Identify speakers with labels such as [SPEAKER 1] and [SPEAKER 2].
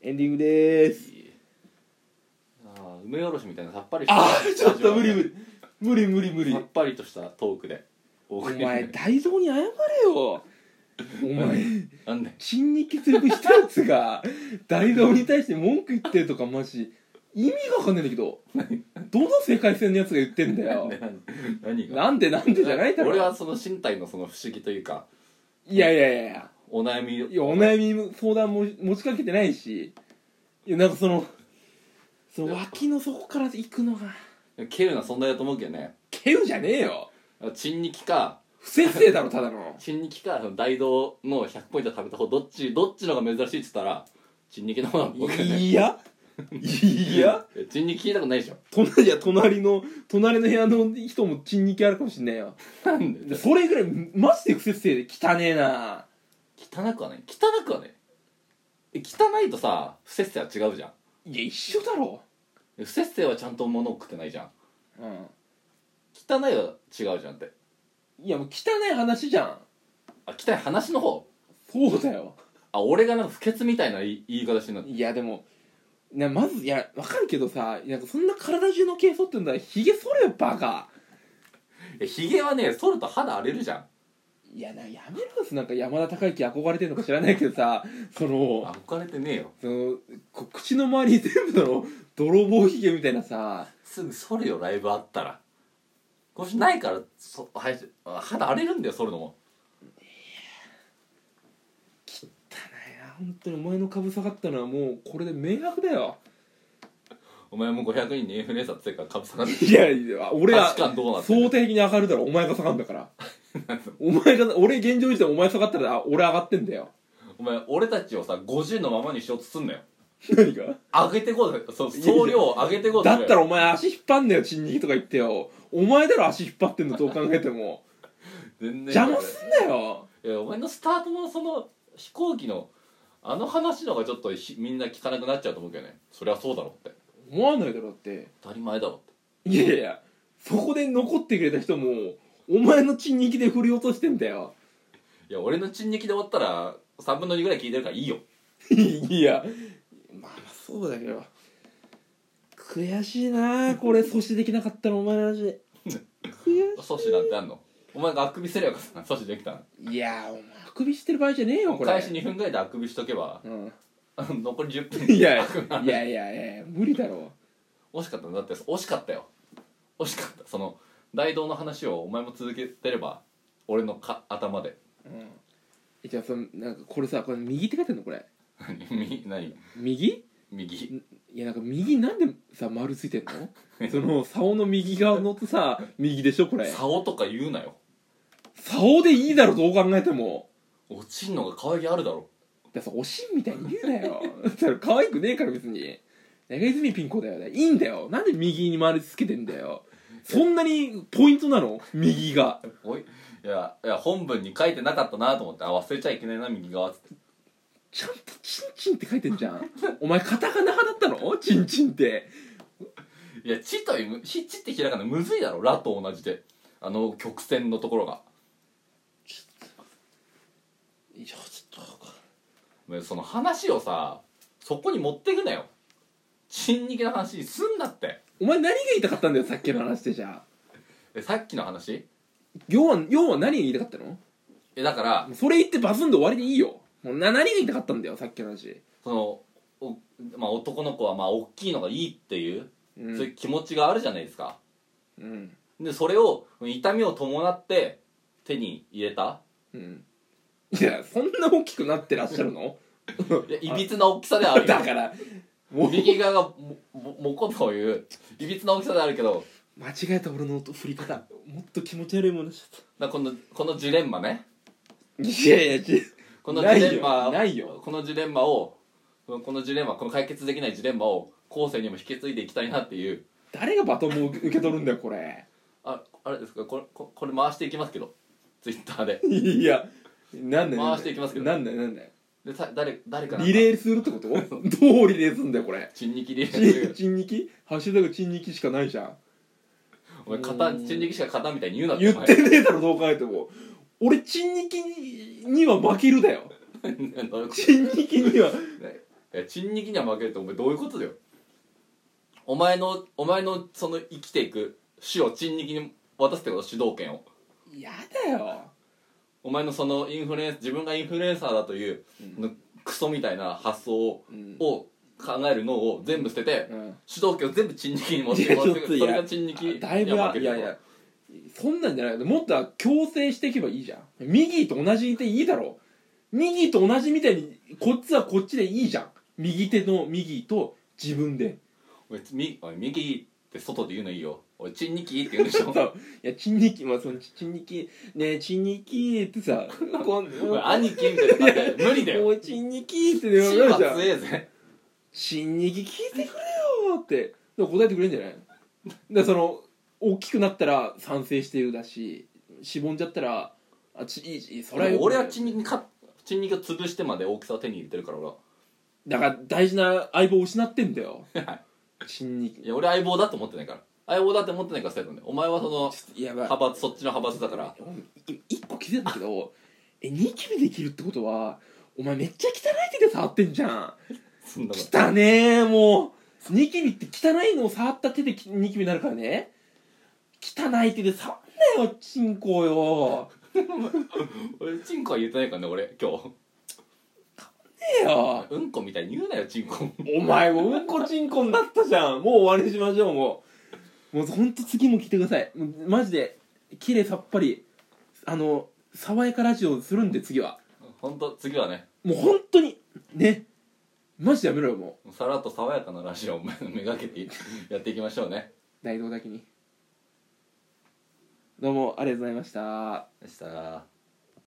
[SPEAKER 1] エンディングでーす
[SPEAKER 2] あー梅おろしみたいなさっぱりした
[SPEAKER 1] あーちょっと無理無理無理無理無理
[SPEAKER 2] さっぱりとしたトークでお
[SPEAKER 1] お
[SPEAKER 2] 送り
[SPEAKER 1] 前大蔵に謝れよお前
[SPEAKER 2] なんで
[SPEAKER 1] 筋肉痛したやつが大蔵に対して文句言ってとかマジ意味がわかんないんだけどどの世界線のやつが言ってんだ よ
[SPEAKER 2] なんでなん何が
[SPEAKER 1] なんでなんでじゃないだろ
[SPEAKER 2] 俺はその身体のその不思議というか
[SPEAKER 1] いやいやいやいや
[SPEAKER 2] お悩み
[SPEAKER 1] いやお悩みも相談も持ちかけてないしいやなんかそのその脇の底から行くのが
[SPEAKER 2] 稀有な存在だと思うけどね
[SPEAKER 1] ケウじゃねえよ
[SPEAKER 2] 珍肉か
[SPEAKER 1] 不摂生だろただの
[SPEAKER 2] 珍肉かその大道の100ポイント食べた方どっちどっちのが珍しいっつったら珍肉の方だと思うけどね
[SPEAKER 1] いやいや
[SPEAKER 2] 珍肉聞いたことないでしょ
[SPEAKER 1] 隣いや隣の隣の部屋の人も筋肉あるかもしんないよ
[SPEAKER 2] なんで
[SPEAKER 1] それぐらいマジで不摂生で汚ねえな
[SPEAKER 2] 汚くはない汚くはないえ汚いとさ不摂生は違うじゃん
[SPEAKER 1] いや一緒だろ
[SPEAKER 2] 不摂生はちゃんと物を食ってないじゃん
[SPEAKER 1] うん
[SPEAKER 2] 汚いは違うじゃんって
[SPEAKER 1] いやもう汚い話じゃん
[SPEAKER 2] あ汚い話の方
[SPEAKER 1] そうだよ
[SPEAKER 2] あ俺がなんか不潔みたいな言い言い方してんない
[SPEAKER 1] やでもなまずいやわかるけどさなんかそんな体中の毛剃ってんだらひげ剃れよバカ
[SPEAKER 2] えヒゲはね剃ると肌荒れるじゃん
[SPEAKER 1] いやなやめろよなんか山田孝之憧れてんのか知らないけどさその
[SPEAKER 2] 憧れてねえよ
[SPEAKER 1] そのこう口の周りに全部の泥棒ひげみたいなさ
[SPEAKER 2] すぐ剃るよライブあったら腰ないからそはいあ肌荒れるんだよ剃るのも
[SPEAKER 1] 汚いな本当にお前の株下がったのはもうこれで迷惑だよ
[SPEAKER 2] お前も500人にインフルエンサーってからかぶさなって
[SPEAKER 1] いやいや俺は
[SPEAKER 2] 価値観どうなってる
[SPEAKER 1] 想定的に上がるだろお前が下がるんだから お前が俺現状維持でお前下がったらあ俺上がってんだよ
[SPEAKER 2] お前俺たちをさ50のままにしようとすんなよ
[SPEAKER 1] 何が
[SPEAKER 2] 上げてこうぜそう総量を上げてこう ぜ
[SPEAKER 1] だったらお前足引っ張んなよチンニキとか言ってよお前だろ足引っ張ってんのどう考え ても
[SPEAKER 2] 全然
[SPEAKER 1] 邪魔すんなよ
[SPEAKER 2] いやお前のスタートのその飛行機のあの話の方がちょっとひみんな聞かなくなっちゃうと思うけどねそりゃそうだろって
[SPEAKER 1] 思わないだろだって
[SPEAKER 2] 当たり前だろって
[SPEAKER 1] いやいやそこで残ってくれた人もお前のチンニキで振り落としてんだよ
[SPEAKER 2] いや俺の沈撃で終わったら3分の2ぐらい聞いてるからいいよ
[SPEAKER 1] いやまあまあそうだけど悔しいなこれ阻止できなかったのお前の話悔しい
[SPEAKER 2] 阻止なんてあんのお前があくびすればさ阻止できたの
[SPEAKER 1] いやーお前あくびしてる場合じゃねえよこれ
[SPEAKER 2] 開始2分ぐらいであくびしとけば
[SPEAKER 1] うん、
[SPEAKER 2] あの残り10分
[SPEAKER 1] いや
[SPEAKER 2] あくび
[SPEAKER 1] いやいやいや無理だろ
[SPEAKER 2] 惜しかったんだって惜しかったよ惜しかったその大道の話をお前も続けてれば俺のか頭で
[SPEAKER 1] う、うん、えじゃあそのなんかこれさこれ右って書いてんのこれ
[SPEAKER 2] 何右何
[SPEAKER 1] 右
[SPEAKER 2] 右
[SPEAKER 1] いやなんか右なんでさ丸ついてんの その竿の右側のとさ右でしょこれ
[SPEAKER 2] 竿とか言うなよ
[SPEAKER 1] 竿でいいだろどう考えても
[SPEAKER 2] 落ちんのが可愛げあるだろ
[SPEAKER 1] だからさおしんみたいに言うなよ それ可愛くねえから別に中泉ピン子だよねいいんだよなんで右に丸つけてんだよそんなにポイントなの右が
[SPEAKER 2] おいいやいや本文に書いてなかったなと思ってあ忘れちゃいけないな右側っつって
[SPEAKER 1] ちゃんと「チンチン」って書いてんじゃんお前カタカナ派だったのチンチンって
[SPEAKER 2] いや「ち」という「ひち」ってひらがなむずいだろ「ら」と同じであの曲線のところが
[SPEAKER 1] いやちょっと
[SPEAKER 2] お前その話をさそこに持ってくなよ人力の話にすんなって
[SPEAKER 1] お前何が言いたかったんだよさっきの話でじゃあ
[SPEAKER 2] えさっきの話
[SPEAKER 1] 要は要は何が言いたかったの
[SPEAKER 2] えだから
[SPEAKER 1] それ言ってバズンで終わりでいいよもうな何が言いたかったんだよさっきの話
[SPEAKER 2] そのお、まあ、男の子はまあ大きいのがいいっていう、
[SPEAKER 1] うん
[SPEAKER 2] そういう気持ちがあるじゃないですか
[SPEAKER 1] うん
[SPEAKER 2] でそれを痛みを伴って手に入れた
[SPEAKER 1] うんいやそんな大きくなってらっしゃるの
[SPEAKER 2] いやいびつな大きさではある よ
[SPEAKER 1] だからもう
[SPEAKER 2] 右側がもももこといういびつな大きさであるけど
[SPEAKER 1] 間違えた俺の音振り方 もっと気持ち悪いものしちゃっ
[SPEAKER 2] なこのこのジレンマね
[SPEAKER 1] たいやいやち
[SPEAKER 2] このジ
[SPEAKER 1] ないよ
[SPEAKER 2] レンマ
[SPEAKER 1] ないよ
[SPEAKER 2] このジレンマをこのジレンマこの解決できないジレンマを後世にも引き継いでいきたいなっていう
[SPEAKER 1] 誰がバトンを受け取るんだよこれ
[SPEAKER 2] ああれですかこれここれ回していきますけどツイッターで
[SPEAKER 1] いやなんだよなんだよ
[SPEAKER 2] 回していきますけど
[SPEAKER 1] なんだよなんだよ
[SPEAKER 2] でさ誰誰から
[SPEAKER 1] リレーするってことどうリレーすんだよこれ
[SPEAKER 2] チンニキリレーす
[SPEAKER 1] チン
[SPEAKER 2] る
[SPEAKER 1] チンニキハッシュタグチンニキしかないじゃん
[SPEAKER 2] お前型チンニキしか型みたいに言うな
[SPEAKER 1] 言
[SPEAKER 2] お
[SPEAKER 1] っ
[SPEAKER 2] 前
[SPEAKER 1] てねえだろどう考えても俺チンニキには負けるだよ
[SPEAKER 2] どうい うこ
[SPEAKER 1] チンニキには
[SPEAKER 2] とねえチンニキには負けるってお前どういうことだよお前のお前のその生きていく死をチンニキに渡すってこと主導権を
[SPEAKER 1] やだよ
[SPEAKER 2] お前のそのインフルエン自分がインフルエンサーだという、のクソみたいな発想を,、
[SPEAKER 1] うん
[SPEAKER 2] を考える脳を全部捨てて、
[SPEAKER 1] うん
[SPEAKER 2] 主導権を全部チンニキに持ってこうってそれがチンニキ
[SPEAKER 1] だいぶ
[SPEAKER 2] や
[SPEAKER 1] いやいやそんなんじゃないもっと強制していけばいいじゃん右と同じでいいだろ右と同じみたいにこっちはこっちでいいじゃん右手の右と自分で
[SPEAKER 2] おいみおい右って外で言うのいいよおいチンニキって言うんでしょ
[SPEAKER 1] そういやチンニキまあそのチンニキねえチンニキってさこう
[SPEAKER 2] おい兄貴みたいな感じで無理だよ
[SPEAKER 1] おいチンニキってね
[SPEAKER 2] チンは
[SPEAKER 1] じゃ
[SPEAKER 2] 強えぜ
[SPEAKER 1] チンニキ聞いてくれよーってでも答えてくれるんじゃないでその大きくなったら賛成してるだししぼんじゃったらあちいいいいそれはよくない
[SPEAKER 2] 俺はチンニキかチンニキを潰してまで大きさを手に入れてるから俺は
[SPEAKER 1] だから大事な相棒を失ってんだよチンニキ
[SPEAKER 2] いや俺相棒だと思ってないから相棒だって思ってないからそうやってんだよお前はその
[SPEAKER 1] ちょっとやばい
[SPEAKER 2] 派閥そっちの派閥だから
[SPEAKER 1] 1個気づいたんだけどえニキビできるってことはお前めっちゃ汚い手で触ってんじゃん
[SPEAKER 2] そんなこと
[SPEAKER 1] 汚ねえもうニキビって汚いのを触った手できニキビになるからね汚い手で触んなよチンコよ
[SPEAKER 2] 俺チンコは言ってないからね俺今日
[SPEAKER 1] ねえよ
[SPEAKER 2] うんこみたいに言うなよチンコ
[SPEAKER 1] お前もうんこちんこになったじゃんもう終わりにしましょうもうもうほんと次も来てくださいもうマジで綺麗さっぱりあの爽やかラジオするんで次は
[SPEAKER 2] ほんと次はね
[SPEAKER 1] もうほんとにねマジでやめろよも
[SPEAKER 2] さらっと爽やかなラジオをめめがけてやっていきましょうね
[SPEAKER 1] う大道だけにどうもありがとうございました
[SPEAKER 2] でした